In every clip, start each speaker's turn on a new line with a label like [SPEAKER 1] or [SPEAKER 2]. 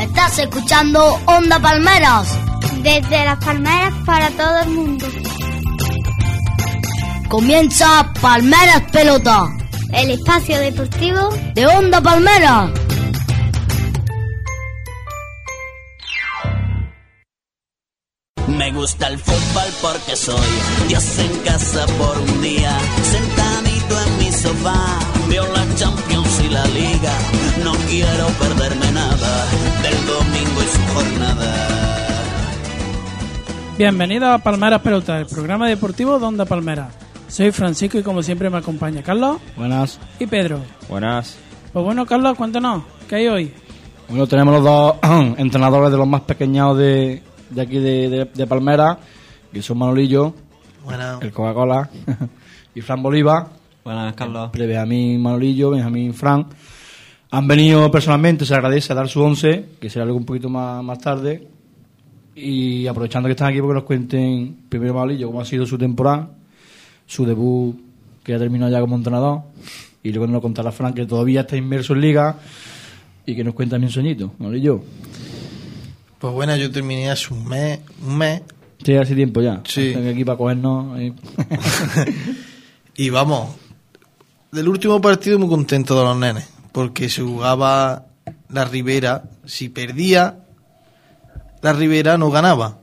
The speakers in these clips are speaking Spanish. [SPEAKER 1] Estás escuchando Onda Palmeras. Desde las palmeras para todo el mundo. Comienza Palmeras Pelota. El espacio deportivo de Onda Palmeras.
[SPEAKER 2] Me gusta el fútbol porque soy Dios en casa por un día. Sentadito en mi sofá, veo la Champions y la Liga. No quiero perderme nada del domingo y su jornada.
[SPEAKER 3] Bienvenido a Palmeras Pelota, el programa deportivo de Onda Palmera. Soy Francisco y como siempre me acompaña Carlos
[SPEAKER 4] Buenas.
[SPEAKER 3] y Pedro.
[SPEAKER 4] Buenas.
[SPEAKER 3] Pues bueno, Carlos, cuéntanos, ¿qué hay hoy?
[SPEAKER 4] Bueno, tenemos los dos entrenadores de los más pequeñados de, de aquí de, de- de Palmera, que son Manolillo,
[SPEAKER 5] Bueno,
[SPEAKER 4] el Coca-Cola, y Fran Bolívar.
[SPEAKER 6] Buenas, Carlos.
[SPEAKER 4] Benjamín Manolillo, Benjamín Fran. Han venido personalmente, se agradece a dar su once, que será luego un poquito más, más tarde. Y aprovechando que están aquí, porque nos cuenten primero Manolillo cómo ha sido su temporada, su debut, que ya terminó ya como entrenador. Y luego nos lo contará Fran, que todavía está inmerso en liga. Y que nos cuenta también sueñito, Manolillo.
[SPEAKER 5] pues bueno, yo terminé hace un mes, un mes,
[SPEAKER 4] Sí, hace tiempo ya.
[SPEAKER 5] Sí.
[SPEAKER 4] Están aquí para cogernos. eh.
[SPEAKER 5] y vamos, del último partido muy contento de los nenes, porque se jugaba la Ribera, si perdía la Ribera no ganaba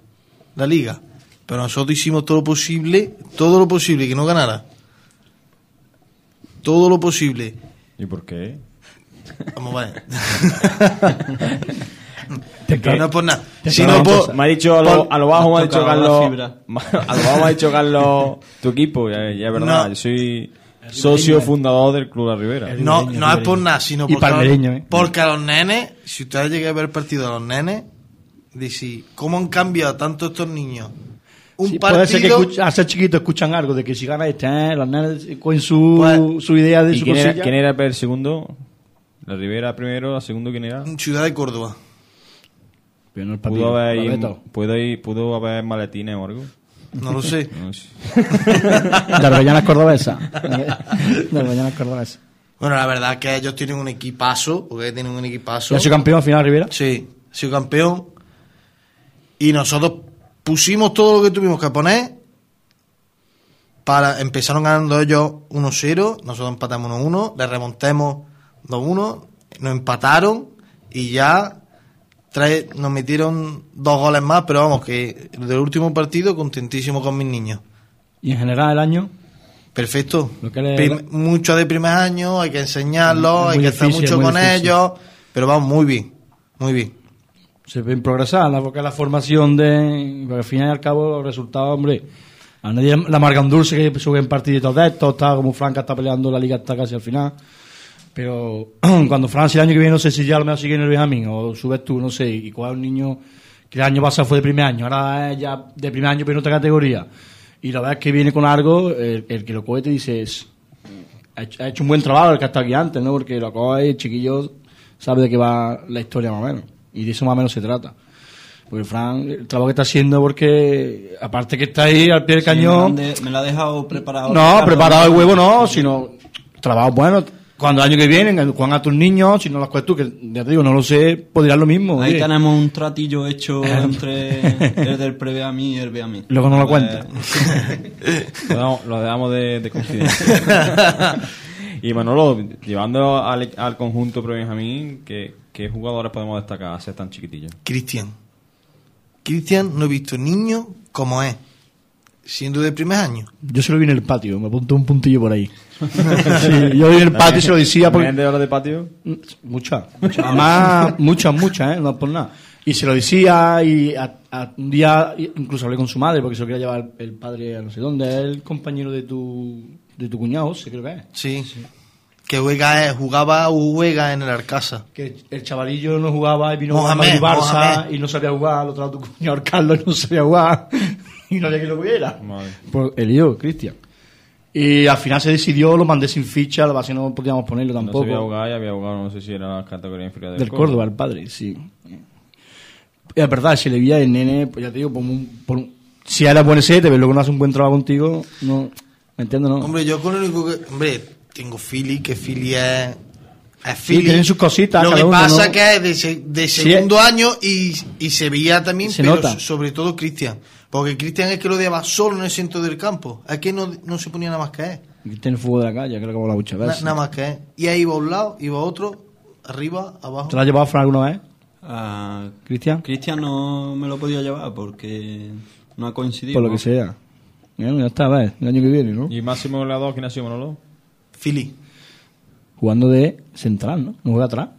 [SPEAKER 5] la liga, pero nosotros hicimos todo lo posible, todo lo posible que no ganara, todo lo posible,
[SPEAKER 6] ¿Y por qué?
[SPEAKER 5] vamos a ver,
[SPEAKER 4] Te
[SPEAKER 5] no es por nada, sino
[SPEAKER 6] No, pues,
[SPEAKER 5] por,
[SPEAKER 6] me ha dicho a lo,
[SPEAKER 5] por-
[SPEAKER 6] a lo bajo, me ha dicho
[SPEAKER 5] tocado la
[SPEAKER 6] Carlos.
[SPEAKER 5] fibra.
[SPEAKER 6] A lo bajo me ha dicho Carlos tu equipo, ya, ya es verdad.
[SPEAKER 5] No.
[SPEAKER 6] Yo soy socio fundador del Club La Ribera.
[SPEAKER 5] No, no es por nada, sino
[SPEAKER 4] Y
[SPEAKER 5] porque, a los-
[SPEAKER 4] palmereño, ¿eh?
[SPEAKER 5] porque a los nenes, si ustedes llegan a ver el partido de los nenes, decís, ¿cómo han cambiado tanto estos niños? Un
[SPEAKER 4] Sí,
[SPEAKER 5] partido.
[SPEAKER 4] Puede ser que escucha- al ser chiquitos escuchan algo de que si gana este, eh, los nenes con su,
[SPEAKER 5] Pues-
[SPEAKER 4] su idea de
[SPEAKER 6] ¿Y
[SPEAKER 4] su
[SPEAKER 6] quién
[SPEAKER 4] cosilla.
[SPEAKER 6] era, quién era el segundo? La Ribera primero, la segundo quién era?
[SPEAKER 5] Ciudad de Córdoba.
[SPEAKER 4] Pero no el papiro,
[SPEAKER 6] Pudo haber,
[SPEAKER 4] Barbeto.
[SPEAKER 6] pudo, ir- pudo haber maletines o algo.
[SPEAKER 5] No lo sé.
[SPEAKER 6] No sé.
[SPEAKER 4] De Arbellanas Cordobesa. De Arbellanas Cordobesa.
[SPEAKER 5] Bueno, la verdad es que ellos tienen un equipazo, porque tienen un equipazo.
[SPEAKER 4] ¿Ya soy campeón al final, Rivera?
[SPEAKER 5] Sí, ha sido campeón. Y nosotros pusimos todo lo que tuvimos que poner. Para, empezaron ganando ellos 1-0, nosotros empatamos 1-1, le remontemos 2-1, nos empataron y ya tres- nos metieron dos goles más, pero vamos, que del último partido contentísimo con mis niños.
[SPEAKER 4] Y en general el año.
[SPEAKER 5] Perfecto.
[SPEAKER 4] Lo que le-
[SPEAKER 5] Prim- mucho de primer año, hay que enseñarlos,
[SPEAKER 4] Es
[SPEAKER 5] hay
[SPEAKER 4] muy
[SPEAKER 5] que estar
[SPEAKER 4] difícil,
[SPEAKER 5] mucho
[SPEAKER 4] muy
[SPEAKER 5] con
[SPEAKER 4] difícil.
[SPEAKER 5] ellos, pero vamos, muy bien, muy bien.
[SPEAKER 4] Se ven progresar, la, porque la formación de. Porque al final y al cabo, los resultados, hombre. A nadie le amarga un dulce que suben partiditos de estos, está como Franca está peleando la liga hasta casi al final. Pero cuando Francia el año que viene, no sé si ya lo mejor sigue en el Benjamín o subes tú, no sé, y cuál es un niño que el año pasado fue de primer año, ahora es ya de primer año, pero en otra categoría. Y la verdad es que viene con algo, el, el que lo coge te dice, es, ha, hecho, ha hecho un buen trabajo el que ha estado aquí antes, ¿no? Porque lo coge y el chiquillo sabe de qué va la historia más o menos. Y de eso más o menos se trata. Porque Fran, el trabajo que está haciendo, porque aparte que está ahí al pie del cañón.
[SPEAKER 7] Me, lo ha dejado preparado.
[SPEAKER 4] No, preparado el huevo no, sino trabajo bueno. Cuando el año que viene, Juan a tus niños, si no las cuentas tú, que ya te digo, no lo sé, pues dirás lo mismo.
[SPEAKER 7] Ahí
[SPEAKER 4] oye.
[SPEAKER 7] tenemos un tratillo hecho entre el del preve a mí y el ve a mí.
[SPEAKER 4] Em.
[SPEAKER 7] Pues,
[SPEAKER 4] Luego no lo cuenta.
[SPEAKER 6] Lo dejamos, lo dejamos de, de confidencia. y Manolo, llevando al, al conjunto Pro Benjamín, ¿qué, ¿qué jugadores podemos destacar a ser tan chiquitillos?
[SPEAKER 5] Cristian. Cristian no he visto niño como es, siendo de primer año.
[SPEAKER 4] Yo se lo vi en el patio, me apuntó un puntillo por ahí. Sí, yo vi en el patio y se lo decía
[SPEAKER 6] ¿También
[SPEAKER 4] porque...
[SPEAKER 6] de horas de patio?
[SPEAKER 4] Muchas, muchas, además, muchas, muchas, ¿eh? no por nada. Y se lo decía y a- a- un día incluso hablé con su madre porque se lo quería llevar el padre a no sé dónde, el compañero de tu, de tu cuñado, se creo que es.
[SPEAKER 5] Sí. que juega, eh, jugaba o juega en el Arcasa.
[SPEAKER 4] Que el chavalillo no jugaba y vino
[SPEAKER 5] Mohamed,
[SPEAKER 4] jugando al Barça
[SPEAKER 5] Mohamed.
[SPEAKER 4] y no sabía jugar, al otro lado tu cuñado Carlos no sabía jugar y no había que lo pudiera.
[SPEAKER 6] Madre.
[SPEAKER 4] Pues el yo, Cristian. Y al final se decidió, lo mandé sin ficha, la base no podíamos ponerlo
[SPEAKER 6] No se
[SPEAKER 4] tampoco.
[SPEAKER 6] había jugado y había jugado, no sé si era la categoría inferior del,
[SPEAKER 4] del Córdoba, el padre, sí. Es verdad, si le vi el nene, pues ya te digo, por un- por un- si era buen ese, te ves luego no hace un buen trabajo contigo, no, ¿me entiendes? No?
[SPEAKER 5] Hombre, yo con el único que. Hombre, tengo Philly, que Philly es. Es
[SPEAKER 4] Sí,
[SPEAKER 5] Philly.
[SPEAKER 4] tienen sus cositas,
[SPEAKER 5] Lo
[SPEAKER 4] cada
[SPEAKER 5] que
[SPEAKER 4] uno,
[SPEAKER 5] pasa
[SPEAKER 4] ¿no?
[SPEAKER 5] que es de, se- de
[SPEAKER 4] Sí, eh.
[SPEAKER 5] segundo año y, y se veía también,
[SPEAKER 4] Se
[SPEAKER 5] pero
[SPEAKER 4] nota.
[SPEAKER 5] so- sobre todo Cristian. Porque Cristian es que lo lleva solo en el centro del campo. Es que no, no se ponía nada más que él.
[SPEAKER 4] Tiene el fuego de la calle, creo que como la muchas
[SPEAKER 5] Na-
[SPEAKER 4] veces.
[SPEAKER 5] nada más que él. Y ahí iba a un lado, iba a otro, arriba, abajo.
[SPEAKER 4] ¿Te la has llevado a Fran alguna vez,
[SPEAKER 7] A
[SPEAKER 4] Cristian?
[SPEAKER 7] ah, Cristian no me lo podía llevar porque no ha coincidido.
[SPEAKER 4] Por lo que sea. Bueno, ya está, ves, el año que viene, ¿no?
[SPEAKER 6] ¿Y máximo goleador quién ha sido Manolo?
[SPEAKER 5] Philly.
[SPEAKER 4] Jugando de central, ¿no? No juega atrás.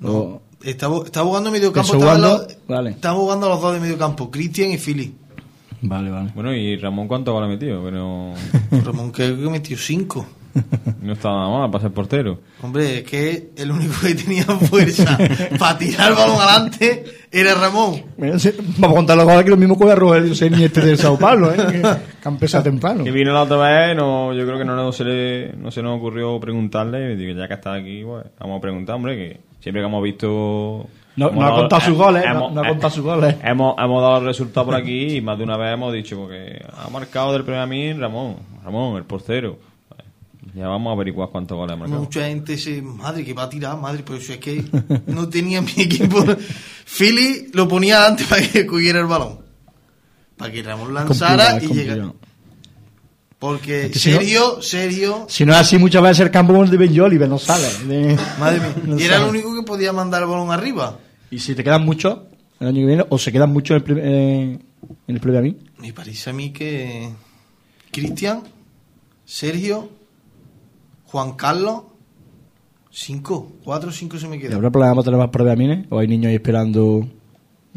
[SPEAKER 4] O-
[SPEAKER 5] Estaba, estaba jugando medio campo.
[SPEAKER 4] Eso
[SPEAKER 5] Estaba,
[SPEAKER 4] jugando,
[SPEAKER 5] al lado-
[SPEAKER 4] vale.
[SPEAKER 5] estaba jugando a los dos de medio campo, Cristian y Philly.
[SPEAKER 4] Vale, vale.
[SPEAKER 6] Bueno, ¿y Ramón cuánto goles ha metido? Que no,
[SPEAKER 5] Ramón, creo que metió cinco.
[SPEAKER 6] no está nada mal para ser portero.
[SPEAKER 5] Hombre, es que el único que tenía fuerza para tirar el balón adelante era Ramón.
[SPEAKER 4] Mira, se- Vamos a contar los goles que lo mismo juega Rogelio Seni este de Sao Paulo, ¿eh? Que, que ha empezado temprano.
[SPEAKER 6] Que vino la otra vez, no, yo creo que no, no se le, no se nos ocurrió preguntarle. Y digo, ya que está aquí, pues, vamos a preguntar, hombre, que siempre que hemos visto.
[SPEAKER 4] No-
[SPEAKER 6] hemos
[SPEAKER 4] no ha
[SPEAKER 6] dado-
[SPEAKER 4] contado sus
[SPEAKER 6] eh,
[SPEAKER 4] goles, no- no ha contado sus goles.
[SPEAKER 6] Hemos, hemos dado el resultado por aquí y más de una vez hemos dicho, porque ha marcado del primer min Ramón, Ramón, el portero. Pues, Ya vamos a averiguar cuántos goles ha marcado.
[SPEAKER 5] Mucha gente se, madre, que va a tirar, madre, pero si es que no tenía mi equipo. Philly lo ponía adelante para que cogiera el balón. Para que Ramón lanzara
[SPEAKER 4] Complicado, Este
[SPEAKER 5] y llegara.
[SPEAKER 4] complicado.
[SPEAKER 5] Porque
[SPEAKER 4] que si no-
[SPEAKER 5] serio, serio,
[SPEAKER 4] Si no es así, muchas veces el campo como el de Ben Oliver no sale. de-
[SPEAKER 5] madre mía.
[SPEAKER 4] no
[SPEAKER 5] Y era el
[SPEAKER 4] sale.
[SPEAKER 5] único que podía mandar el balón arriba.
[SPEAKER 4] Y si te quedan muchos el año que viene, o se quedan muchos en el, primer- eh, en el previo a mí.
[SPEAKER 5] Me parece a mí que Cristian, Sergio, Juan Carlos, cinco, cuatro, cinco se me
[SPEAKER 4] ¿Y
[SPEAKER 5] quedan.
[SPEAKER 4] habrá problemas para tener más previo a mí? ¿O hay niños ahí esperando?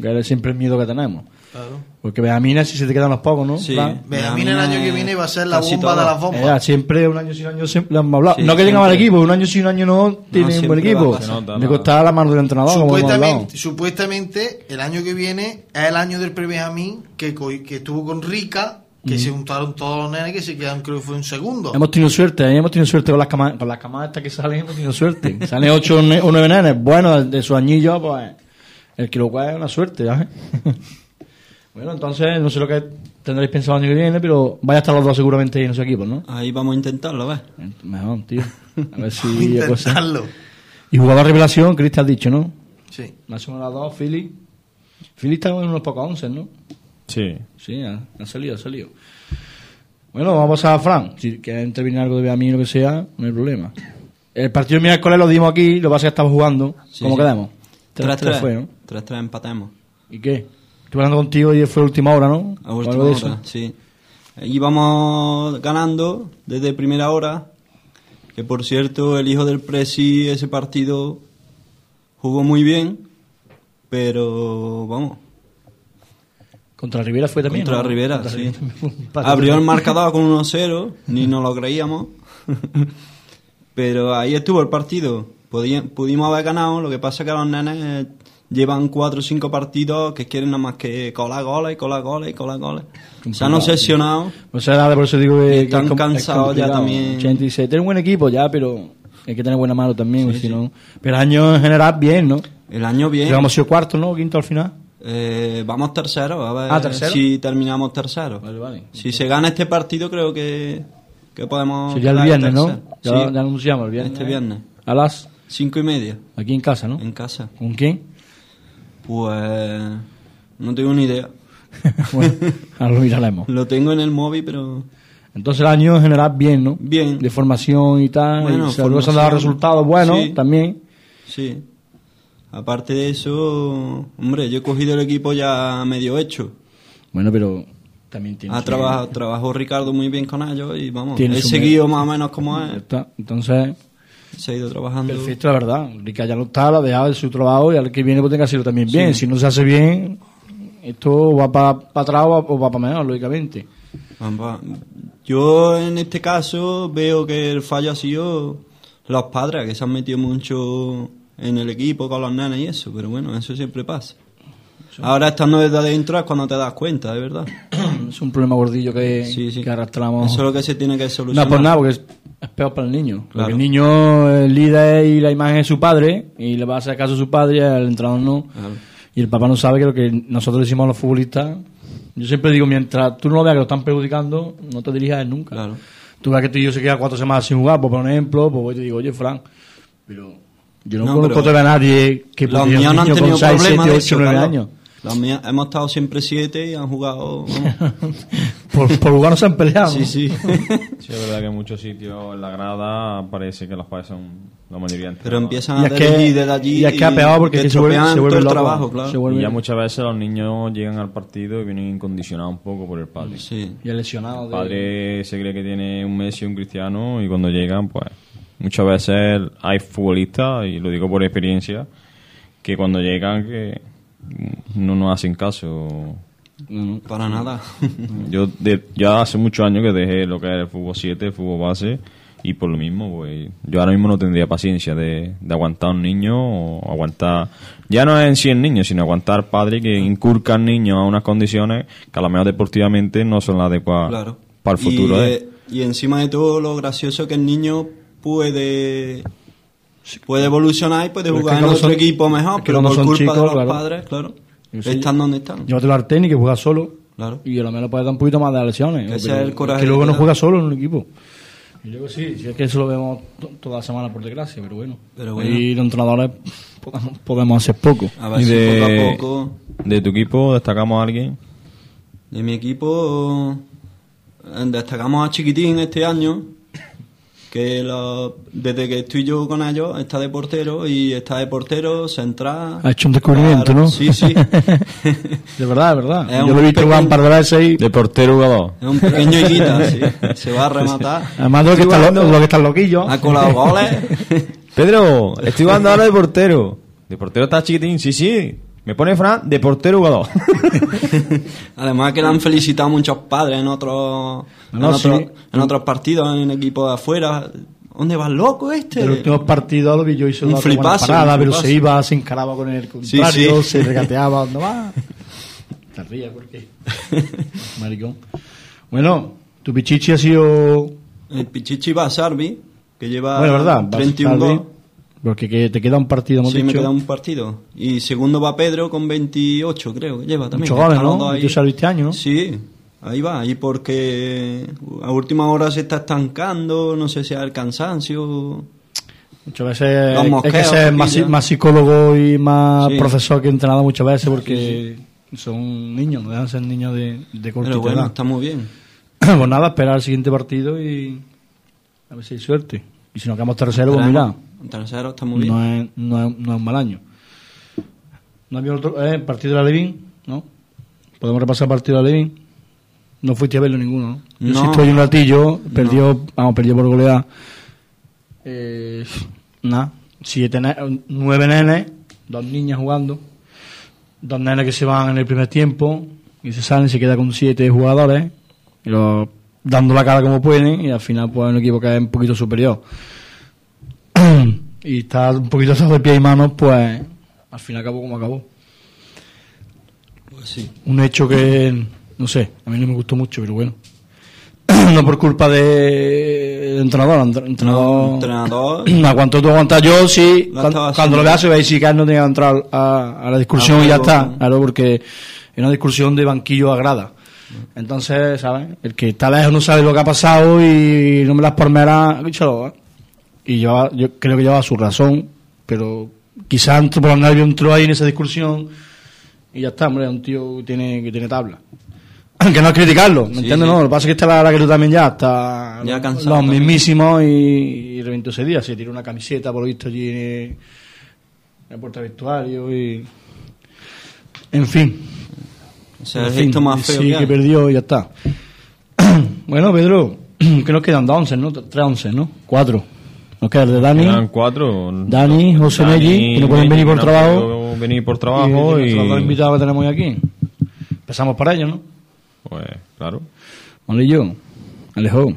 [SPEAKER 4] Que es siempre el miedo que tenemos.
[SPEAKER 5] Claro.
[SPEAKER 4] Porque Benjamín si se te quedan los pocos, ¿no?
[SPEAKER 7] Sí.
[SPEAKER 4] Fran?
[SPEAKER 5] Benjamín el año que viene va a ser la
[SPEAKER 7] Casi
[SPEAKER 5] bomba de
[SPEAKER 7] todo.
[SPEAKER 5] las
[SPEAKER 4] Era
[SPEAKER 5] bombas.
[SPEAKER 4] siempre un año sin año siempre lo hemos hablado.
[SPEAKER 7] Sí,
[SPEAKER 4] no que tenga mal
[SPEAKER 7] siempre.
[SPEAKER 4] equipo, un año sin un año no tiene un buen
[SPEAKER 7] siempre va
[SPEAKER 4] equipo.
[SPEAKER 7] a pasar.
[SPEAKER 6] Se nota,
[SPEAKER 4] Le
[SPEAKER 6] la-
[SPEAKER 4] costaba la mano del entrenador, como hemos hablado.
[SPEAKER 5] Supuestamente, supuestamente el año que viene es el año del pre-Benjamín que, co- que estuvo con Rica, que se juntaron todos los nenes que se quedan, creo que fue un segundo.
[SPEAKER 4] Hemos tenido suerte, ¿eh? hemos tenido suerte con las camas, con las camas estas que salen, hemos tenido suerte. Salen ocho o ne- o nueve nenes, bueno, de su añillo, pues el que lo cual es una suerte, ¿sabes? bueno, entonces, no sé lo que tendréis pensado el año que viene, pero vaya a estar los dos seguramente en su equipo, ¿no?
[SPEAKER 7] Ahí vamos a intentarlo, ¿ves?
[SPEAKER 4] Mejor, tío. A ver si...
[SPEAKER 5] Vamos a
[SPEAKER 4] hay cosas.
[SPEAKER 5] intentarlo.
[SPEAKER 4] Y jugaba revelación, Chris te has dicho, ¿no?
[SPEAKER 5] Sí.
[SPEAKER 4] Más o menos las dos, Philly. Philly está en unos pocos once, ¿no?
[SPEAKER 6] Sí.
[SPEAKER 4] Sí, ha, ha salido, ha salido. Bueno, vamos a pasar a Fran. Si quieres intervenir algo de a mí lo que sea, no hay problema. El partido de miércoles lo dimos aquí, lo que pasa es que estamos jugando.
[SPEAKER 7] Sí,
[SPEAKER 4] ¿Cómo
[SPEAKER 7] sí.
[SPEAKER 4] quedamos? 3-3
[SPEAKER 7] 3-3.
[SPEAKER 4] fue, ¿no?
[SPEAKER 7] 3-3 empatemos.
[SPEAKER 4] ¿Y qué? Estuve hablando contigo y fue última hora, ¿no?
[SPEAKER 7] A
[SPEAKER 4] O
[SPEAKER 7] última
[SPEAKER 4] algo de eso.
[SPEAKER 7] hora, sí. Eh, Íbamos ganando desde primera hora. Que por cierto, el hijo del Presi ese partido jugó muy bien. Pero vamos,
[SPEAKER 4] Contra Rivera fue también.
[SPEAKER 7] contra
[SPEAKER 4] ¿no?
[SPEAKER 7] Rivera,
[SPEAKER 4] Contra
[SPEAKER 7] sí.
[SPEAKER 4] también fue un empate.
[SPEAKER 7] Abrió el marcador con 1-0, ni nos lo creíamos. Pero ahí estuvo el partido. Pudi- pudimos haber ganado, lo que pasa es que los nenes llevan 4 o 5 partidos que quieren nada más que colar goles, colar goles, colar goles. Se han obsesionado.
[SPEAKER 4] O sea, nada, por eso digo que.
[SPEAKER 7] Están
[SPEAKER 4] que es com- es
[SPEAKER 7] cansados ya
[SPEAKER 4] complicado.
[SPEAKER 7] también.
[SPEAKER 4] Mucha gente dice, tiene un buen equipo ya, pero hay que tener buena mano también,
[SPEAKER 7] Sí,
[SPEAKER 4] si
[SPEAKER 7] sí.
[SPEAKER 4] no. Pero el año en general, bien, ¿no?
[SPEAKER 7] El año bien.
[SPEAKER 4] Pero hemos sido cuarto, ¿no? Quinto al final.
[SPEAKER 7] Eh, vamos tercero, a ver
[SPEAKER 4] Ah, ¿tercero?
[SPEAKER 7] si terminamos tercero.
[SPEAKER 4] Vale, vale.
[SPEAKER 7] Si se gana este partido, creo que, que podemos.
[SPEAKER 4] Sería el
[SPEAKER 7] quedar
[SPEAKER 4] viernes, ¿no?
[SPEAKER 7] tercero.
[SPEAKER 4] Ya,
[SPEAKER 7] Sí,
[SPEAKER 4] ya anunciamos el viernes.
[SPEAKER 7] Este viernes.
[SPEAKER 4] A las.
[SPEAKER 7] Cinco y media,
[SPEAKER 4] Aquí en casa, ¿no?
[SPEAKER 7] en casa.
[SPEAKER 4] ¿Con quién?
[SPEAKER 7] Pues. No tengo ni idea.
[SPEAKER 4] bueno, ahora lo miraremos.
[SPEAKER 7] Lo tengo en el móvil, pero.
[SPEAKER 4] Entonces el año en general bien, ¿no?
[SPEAKER 7] Bien.
[SPEAKER 4] De formación y tal.
[SPEAKER 7] Bueno,
[SPEAKER 4] y se- luego se han dado
[SPEAKER 7] formación.
[SPEAKER 4] resultados buenos
[SPEAKER 7] Sí.
[SPEAKER 4] también.
[SPEAKER 7] Sí. Aparte de eso, hombre, yo he cogido el equipo ya medio hecho.
[SPEAKER 4] Bueno, pero también tiene.
[SPEAKER 7] Ha
[SPEAKER 4] su-
[SPEAKER 7] trabajado, trabajó Ricardo muy bien con ellos y vamos,
[SPEAKER 4] Tiene
[SPEAKER 7] he
[SPEAKER 4] su
[SPEAKER 7] seguido más o menos como
[SPEAKER 4] Ya
[SPEAKER 7] es.
[SPEAKER 4] está. Entonces,
[SPEAKER 7] Se ha ido trabajando.
[SPEAKER 4] perfecto, la verdad. Rica ya lo está, lo ha dejado de su trabajo y al que viene pues tenga que hacerlo también bien. Si no se hace bien, esto va para atrás o va- o va para menos, lógicamente.
[SPEAKER 7] Ambas. Yo en este caso veo que el fallo ha sido los padres que se han metido mucho en el equipo con los nenes y eso, pero bueno, eso siempre pasa. Ahora estando desde adentro es cuando te das cuenta, de verdad.
[SPEAKER 4] Es un problema gordillo que,
[SPEAKER 7] Sí, sí.
[SPEAKER 4] que arrastramos.
[SPEAKER 7] Eso es lo que se tiene que solucionar.
[SPEAKER 4] No, por nada, porque es, es peor para el niño.
[SPEAKER 7] Claro.
[SPEAKER 4] Porque el niño, el líder y la imagen es su padre, y le va a hacer caso a su padre, al entrenador no.
[SPEAKER 7] Claro.
[SPEAKER 4] Y el papá no sabe que lo que nosotros decimos a los futbolistas. Yo siempre digo, mientras tú no lo veas que lo están perjudicando, no te dirijas a él nunca.
[SPEAKER 7] Claro.
[SPEAKER 4] Tú ves que tú y yo se queda cuatro semanas sin jugar, pues, por ejemplo, pues voy y te digo, oye, Fran, pero yo no,
[SPEAKER 7] No,
[SPEAKER 4] conozco
[SPEAKER 7] pero
[SPEAKER 4] todavía a nadie que
[SPEAKER 7] Los
[SPEAKER 4] pudiera
[SPEAKER 7] míos
[SPEAKER 4] un
[SPEAKER 7] no han
[SPEAKER 4] niño con
[SPEAKER 7] tenido
[SPEAKER 4] seis,
[SPEAKER 7] problemas
[SPEAKER 4] siete,
[SPEAKER 7] de
[SPEAKER 4] ocho,
[SPEAKER 7] eso,
[SPEAKER 4] nueve
[SPEAKER 7] claro.
[SPEAKER 4] años.
[SPEAKER 7] Los míos hemos estado siempre siete y han jugado... vamos,
[SPEAKER 4] Por, por jugar no se han peleado.
[SPEAKER 7] sí, sí.
[SPEAKER 6] Sí, es verdad que en muchos sitios en la grada parece que los padres son la mayoría.
[SPEAKER 7] Pero empiezan
[SPEAKER 4] Y
[SPEAKER 7] a
[SPEAKER 4] es que-
[SPEAKER 7] dirigir desde allí
[SPEAKER 4] y es que ha pegado porque
[SPEAKER 7] te
[SPEAKER 4] es que se vuelve-
[SPEAKER 7] estropean
[SPEAKER 4] se vuelve
[SPEAKER 7] todo el
[SPEAKER 4] loco.
[SPEAKER 7] trabajo, claro.
[SPEAKER 4] Se vuelve-
[SPEAKER 6] Y ya muchas veces los niños llegan al partido y vienen incondicionados un poco por el padre.
[SPEAKER 7] Sí.
[SPEAKER 4] Y el lesionado.
[SPEAKER 6] El
[SPEAKER 4] de-
[SPEAKER 6] padre se cree que tiene un Messi y un Cristiano y cuando llegan, pues muchas veces hay futbolistas, y lo digo por experiencia, que cuando llegan que no nos hacen caso.
[SPEAKER 7] Para nada.
[SPEAKER 6] Yo de- ya hace muchos años que dejé lo que era el fútbol 7, el fútbol base, y por lo mismo, pues yo ahora mismo no tendría paciencia de, de aguantar a un niño o aguantar, ya no es en sí el niño, sino aguantar padres que inculcan niños a unas condiciones que a lo mejor deportivamente no son las
[SPEAKER 4] Ah,
[SPEAKER 6] adecuadas
[SPEAKER 7] claro.
[SPEAKER 6] para el futuro.
[SPEAKER 7] Y,
[SPEAKER 6] ¿eh?
[SPEAKER 7] eh, y encima de todo, lo gracioso es que el niño puede puede evolucionar y puede
[SPEAKER 4] Pero es
[SPEAKER 7] jugar
[SPEAKER 4] que
[SPEAKER 7] en
[SPEAKER 4] cuando
[SPEAKER 7] otro
[SPEAKER 4] son-
[SPEAKER 7] equipo mejor,
[SPEAKER 4] es que
[SPEAKER 7] pero
[SPEAKER 4] cuando
[SPEAKER 7] por
[SPEAKER 4] son
[SPEAKER 7] culpa de
[SPEAKER 4] chicos,
[SPEAKER 7] los
[SPEAKER 4] claro.
[SPEAKER 7] padres, claro,
[SPEAKER 4] Yo sí.
[SPEAKER 7] están donde están.
[SPEAKER 4] Llévatelo al tenis que juega solo.
[SPEAKER 7] Claro.
[SPEAKER 4] Y a lo mejor le puede dar un poquito más de lesiones.
[SPEAKER 7] Que
[SPEAKER 4] o
[SPEAKER 7] sea
[SPEAKER 4] pero-
[SPEAKER 7] el coraje
[SPEAKER 4] Que luego
[SPEAKER 7] que
[SPEAKER 4] no
[SPEAKER 7] da.
[SPEAKER 4] juega solo en un equipo. Y luego sí, si es que eso lo vemos to- toda la semana por desgracia, pero bueno.
[SPEAKER 7] Pero bueno.
[SPEAKER 4] Y los entrenadores podemos, podemos hacer poco.
[SPEAKER 7] A ver
[SPEAKER 6] Y
[SPEAKER 7] si
[SPEAKER 6] de,
[SPEAKER 7] poco a poco.
[SPEAKER 6] Eh, de tu equipo destacamos a alguien.
[SPEAKER 7] De mi equipo eh, destacamos a Chiquitín este año, que lo- desde que estoy yo con ellos está de portero y está de portero, central.
[SPEAKER 4] Ha hecho un descubrimiento,
[SPEAKER 7] Claro,
[SPEAKER 4] ¿no?
[SPEAKER 7] Sí, sí.
[SPEAKER 4] De verdad, de verdad.
[SPEAKER 7] Es
[SPEAKER 4] Yo
[SPEAKER 7] un
[SPEAKER 4] lo he visto jugar un par de veces y...
[SPEAKER 6] De portero jugador.
[SPEAKER 7] Es un pequeño higuita, sí. Se va a rematar.
[SPEAKER 4] Además de lo que,
[SPEAKER 7] Estoy
[SPEAKER 4] están lo,
[SPEAKER 7] jugando-
[SPEAKER 4] lo que están loquillos.
[SPEAKER 7] Ha colado goles.
[SPEAKER 6] Pedro, estoy jugando ahora de portero. ¿De portero está chiquitín? Sí, sí. Me pone Fran de portero jugador.
[SPEAKER 7] Además que le han felicitado muchos padres en otros en,
[SPEAKER 4] No,
[SPEAKER 7] otros-
[SPEAKER 4] sí.
[SPEAKER 7] en otros partidos, en equipos de afuera. ¿Dónde vas loco este?
[SPEAKER 4] El último partido lo vi yo hizo
[SPEAKER 7] Un
[SPEAKER 4] una buena
[SPEAKER 7] flipazo,
[SPEAKER 4] parada,
[SPEAKER 7] un
[SPEAKER 4] pero
[SPEAKER 7] flipazo.
[SPEAKER 4] se iba, se encaraba con el contrario, se regateaba, ¿dónde va? Te ríes, ¿por qué? Maricón. Bueno, tu pichichi ha sido
[SPEAKER 7] El Pichichi Basarbi, que lleva
[SPEAKER 4] Bueno, verdad, vas
[SPEAKER 7] 31
[SPEAKER 4] tarde,
[SPEAKER 7] goles.
[SPEAKER 4] Porque que te queda un partido, hemos
[SPEAKER 7] Sí, me
[SPEAKER 4] dicho.
[SPEAKER 7] queda un partido. Y segundo va Pedro con 28, creo que lleva también.
[SPEAKER 4] Muchos goles,
[SPEAKER 7] Están los
[SPEAKER 4] ¿no?
[SPEAKER 7] dos ahí.
[SPEAKER 4] Y tú saliste este año, ¿no?
[SPEAKER 7] Sí, ahí va. Y porque a última hora se está estancando, no sé si es el cansancio.
[SPEAKER 4] Muchas veces
[SPEAKER 7] Los
[SPEAKER 4] hay
[SPEAKER 7] mosqueos,
[SPEAKER 4] que ser más,
[SPEAKER 7] chiquillos.
[SPEAKER 4] más psicólogo y más
[SPEAKER 7] Sí.
[SPEAKER 4] profesor que entrenador muchas veces porque son niños, no dejan ser niños de, de cortita
[SPEAKER 7] Pero bueno,
[SPEAKER 4] edad.
[SPEAKER 7] está muy bien.
[SPEAKER 4] Pues nada, esperar el siguiente partido y a ver si hay suerte. Y si nos quedamos terceros, pues mira,
[SPEAKER 7] Esperamos. Tercero está muy bien.
[SPEAKER 4] no es, no, es, no es un mal año. ¿No había otro eh, partido de la Levin? ¿No? ¿Podemos repasar el partido de la Levin? No fuiste a verlo ninguno, ¿no? Yo sí
[SPEAKER 7] No.
[SPEAKER 4] estuve ahí un ratillo, perdió, vamos, perdió por goleada. Eh, nada, siete, ne- nueve nenes, dos niñas jugando, dos nenes que se van en el primer tiempo y se salen, se queda con siete jugadores, y los- dando la cara como pueden y al final pues es un equipo que es un poquito superior. y está un poquito atado de pie y manos, pues al final acabó como acabó.
[SPEAKER 7] Pues sí.
[SPEAKER 4] Un hecho que, no sé, a mí no me gustó mucho, pero bueno. no por culpa de del entrenador, el entrenador,
[SPEAKER 7] No, entrenador.
[SPEAKER 4] aguantó tú aguantas yo, sí,
[SPEAKER 7] Lo
[SPEAKER 4] cuan-
[SPEAKER 7] estaba
[SPEAKER 4] cuando,
[SPEAKER 7] haciendo.
[SPEAKER 4] lo veas se veis si que no tenía que entrar a, a la discusión
[SPEAKER 7] A
[SPEAKER 4] y ya
[SPEAKER 7] juego,
[SPEAKER 4] está,
[SPEAKER 7] ¿no?
[SPEAKER 4] claro, porque es una discusión de banquillo a grada. Entonces, ¿sabes? El que tal vez no sabe lo que ha pasado y no me las palmeras, escúchalo, ¿eh? y llevaba- yo creo que llevaba su razón, pero quizás entró por los nervios entró ahí en esa discusión y ya está, hombre, es un tío que tiene, que tiene tabla. Aunque no es criticarlo, ¿me
[SPEAKER 7] Sí,
[SPEAKER 4] entiendes?
[SPEAKER 7] sí.
[SPEAKER 4] No, lo que pasa es que está la, la que tú también ya, está
[SPEAKER 7] Ya cansado
[SPEAKER 4] los
[SPEAKER 7] también.
[SPEAKER 4] mismísimos y, y reventó ese día, se tiró una camiseta por lo visto allí en, el- en la puerta de vestuario y... En fin,
[SPEAKER 7] O sea,
[SPEAKER 4] en
[SPEAKER 7] es
[SPEAKER 4] fin,
[SPEAKER 7] esto más feo
[SPEAKER 4] sí,
[SPEAKER 7] que
[SPEAKER 4] que,
[SPEAKER 7] hay.
[SPEAKER 4] perdió y ya está. bueno, Pedro, que nos quedan? Dos once, ¿no? Tres once, ¿no? Cuatro. Nos queda el de Dani.
[SPEAKER 6] Eran cuatro.
[SPEAKER 4] Dani, José
[SPEAKER 6] Dani,
[SPEAKER 4] Melli, que no pueden
[SPEAKER 6] Melli,
[SPEAKER 4] venir por
[SPEAKER 6] no
[SPEAKER 4] trabajo.
[SPEAKER 6] puedo venir por trabajo
[SPEAKER 4] Y,
[SPEAKER 6] y...
[SPEAKER 4] de nuestros dos invitados que tenemos hoy aquí. Empezamos para ellos, ¿no?
[SPEAKER 6] Pues claro.
[SPEAKER 4] Ole yo, Alejo.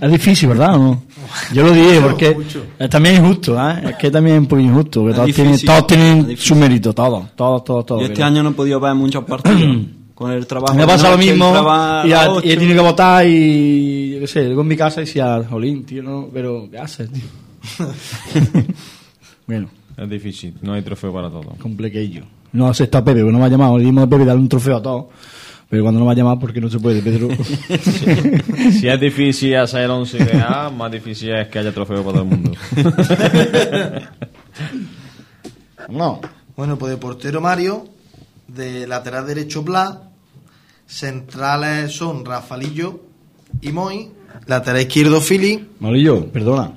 [SPEAKER 4] Es difícil, ¿verdad o no? Yo lo diré porque eh, también es injusto, ¿eh? Es que también es un poco injusto, que
[SPEAKER 7] Es
[SPEAKER 4] todos,
[SPEAKER 7] difícil,
[SPEAKER 4] tienen, todos
[SPEAKER 7] es
[SPEAKER 4] tienen
[SPEAKER 7] difícil.
[SPEAKER 4] su mérito, todos, todos, todos, todos.
[SPEAKER 7] Yo este
[SPEAKER 4] pero-
[SPEAKER 7] año no he podido ver muchos partidos. con el trabajo.
[SPEAKER 4] me
[SPEAKER 7] de
[SPEAKER 4] pasa lo
[SPEAKER 7] noche, el
[SPEAKER 4] mismo
[SPEAKER 7] trabajo
[SPEAKER 4] y, a-
[SPEAKER 7] a las
[SPEAKER 4] y he
[SPEAKER 7] ocho.
[SPEAKER 4] tenido que votar y yo qué sé, llego en mi casa y decía, jolín, tío, no, pero ¿qué haces, tío? bueno,
[SPEAKER 6] Es difícil, no hay trofeo para todo.
[SPEAKER 4] complequillo. No sé, está Pepe, porque no me ha llamado, le dimos a Pepe darle un trofeo a todos. Pero cuando no me ha llamado, porque no se puede, Pedro.
[SPEAKER 6] Si es difícil hacer el 11 de A, más difícil es que haya trofeo para todo el mundo.
[SPEAKER 4] no.
[SPEAKER 5] Bueno, pues de portero Mario, de lateral derecho Blas, centrales son Rafalillo y Moy, lateral izquierdo Fili,
[SPEAKER 4] Malillo, perdona.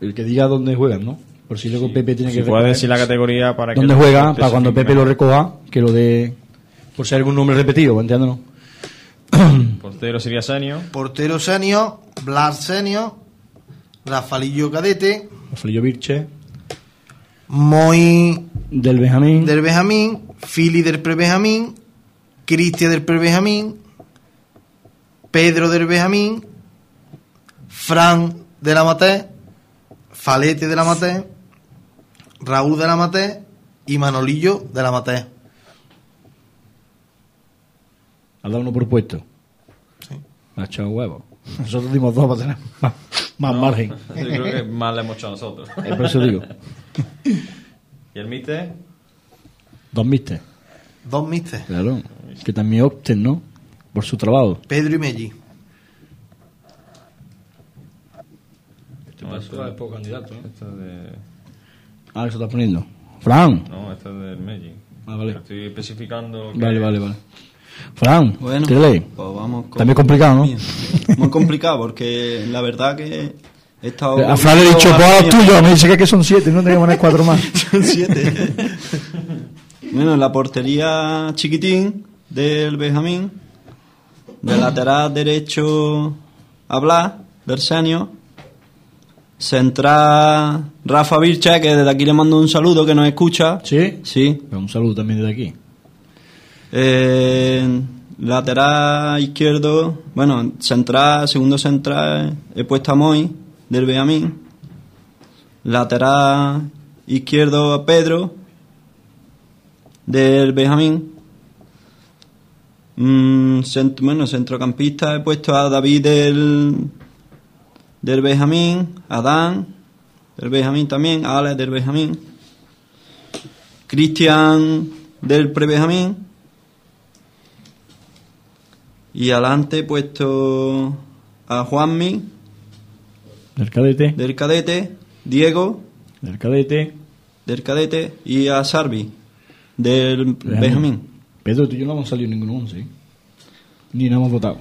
[SPEAKER 4] El que diga dónde juegan, ¿no? Por si luego Pepe tiene
[SPEAKER 6] Si
[SPEAKER 4] que
[SPEAKER 6] puedes
[SPEAKER 4] recoger.
[SPEAKER 6] decir la categoría para que...
[SPEAKER 4] ¿Dónde
[SPEAKER 6] los
[SPEAKER 4] juega?
[SPEAKER 6] oyentes
[SPEAKER 4] Para
[SPEAKER 6] se
[SPEAKER 4] cuando
[SPEAKER 6] fijen.
[SPEAKER 4] Pepe lo recoja, que lo dé. Por si hay algún nombre repetido, entiéndonos.
[SPEAKER 6] Portero sería Sanio.
[SPEAKER 5] portero Senio, Blas Senio, Rafalillo cadete,
[SPEAKER 4] Ofrillo Virche,
[SPEAKER 5] Moy
[SPEAKER 4] Del Benjamín,
[SPEAKER 5] del Benjamín, Fili del pre-Benjamín, Cristian del pre-Benjamín, Pedro del Benjamín, Fran de la Maté, Falete de la Maté, Raúl de la Maté y Manolillo de la Maté.
[SPEAKER 4] ha dado uno por puesto.
[SPEAKER 5] Sí.
[SPEAKER 4] Ha echado huevo. Nosotros dimos dos para tener más, más margen.
[SPEAKER 6] Yo creo que más le hemos hecho a nosotros.
[SPEAKER 4] Eh, Por eso digo,
[SPEAKER 6] ¿Y el Mite?
[SPEAKER 4] dos mister.
[SPEAKER 5] Dos mistes,
[SPEAKER 4] Claro. Que también opten, ¿no? Por su trabajo.
[SPEAKER 5] Pedro y Melli.
[SPEAKER 6] No, esto es
[SPEAKER 4] candidato,
[SPEAKER 6] esto es Este de...
[SPEAKER 4] Ah, eso está poniendo. Fran.
[SPEAKER 6] No, esto es del Medellín.
[SPEAKER 4] Ah, vale.
[SPEAKER 6] Estoy especificando... que-
[SPEAKER 4] Vale, vale, vale. Fran,
[SPEAKER 7] Bueno,
[SPEAKER 4] tírale.
[SPEAKER 7] pues vamos con-
[SPEAKER 4] También complicado, ¿no?
[SPEAKER 7] Mío. Muy complicado, porque la verdad que he estado.
[SPEAKER 4] A Fran le he dicho,
[SPEAKER 7] a-
[SPEAKER 4] pues los tuyos. Me dice que- que son siete, no tenía que poner cuatro más.
[SPEAKER 7] Son siete. bueno, en la portería chiquitín del Benjamín. De lateral derecho a Blas, del Senio. Central Rafa Vircha, que desde aquí le mando un saludo, que nos escucha.
[SPEAKER 4] ¿Sí?
[SPEAKER 7] Sí.
[SPEAKER 4] Pero un saludo también desde aquí.
[SPEAKER 7] Eh, lateral izquierdo, bueno, central, segundo central, he puesto a Moy del Benjamín. Lateral izquierdo a Pedro del Benjamín. Mm, cent- bueno, centrocampista he puesto a David del, del Benjamín, a Dan del Benjamín también, a Alex del Benjamín. Cristian del Pre-Benjamín. Y adelante he puesto a Juanmi
[SPEAKER 4] Del cadete.
[SPEAKER 7] del cadete, Diego
[SPEAKER 4] Del cadete.
[SPEAKER 7] del cadete y a Sarvi del Benjamín.
[SPEAKER 4] Pedro, tú y yo no hemos salido en ningún once. ¿eh? Ni no hemos votado.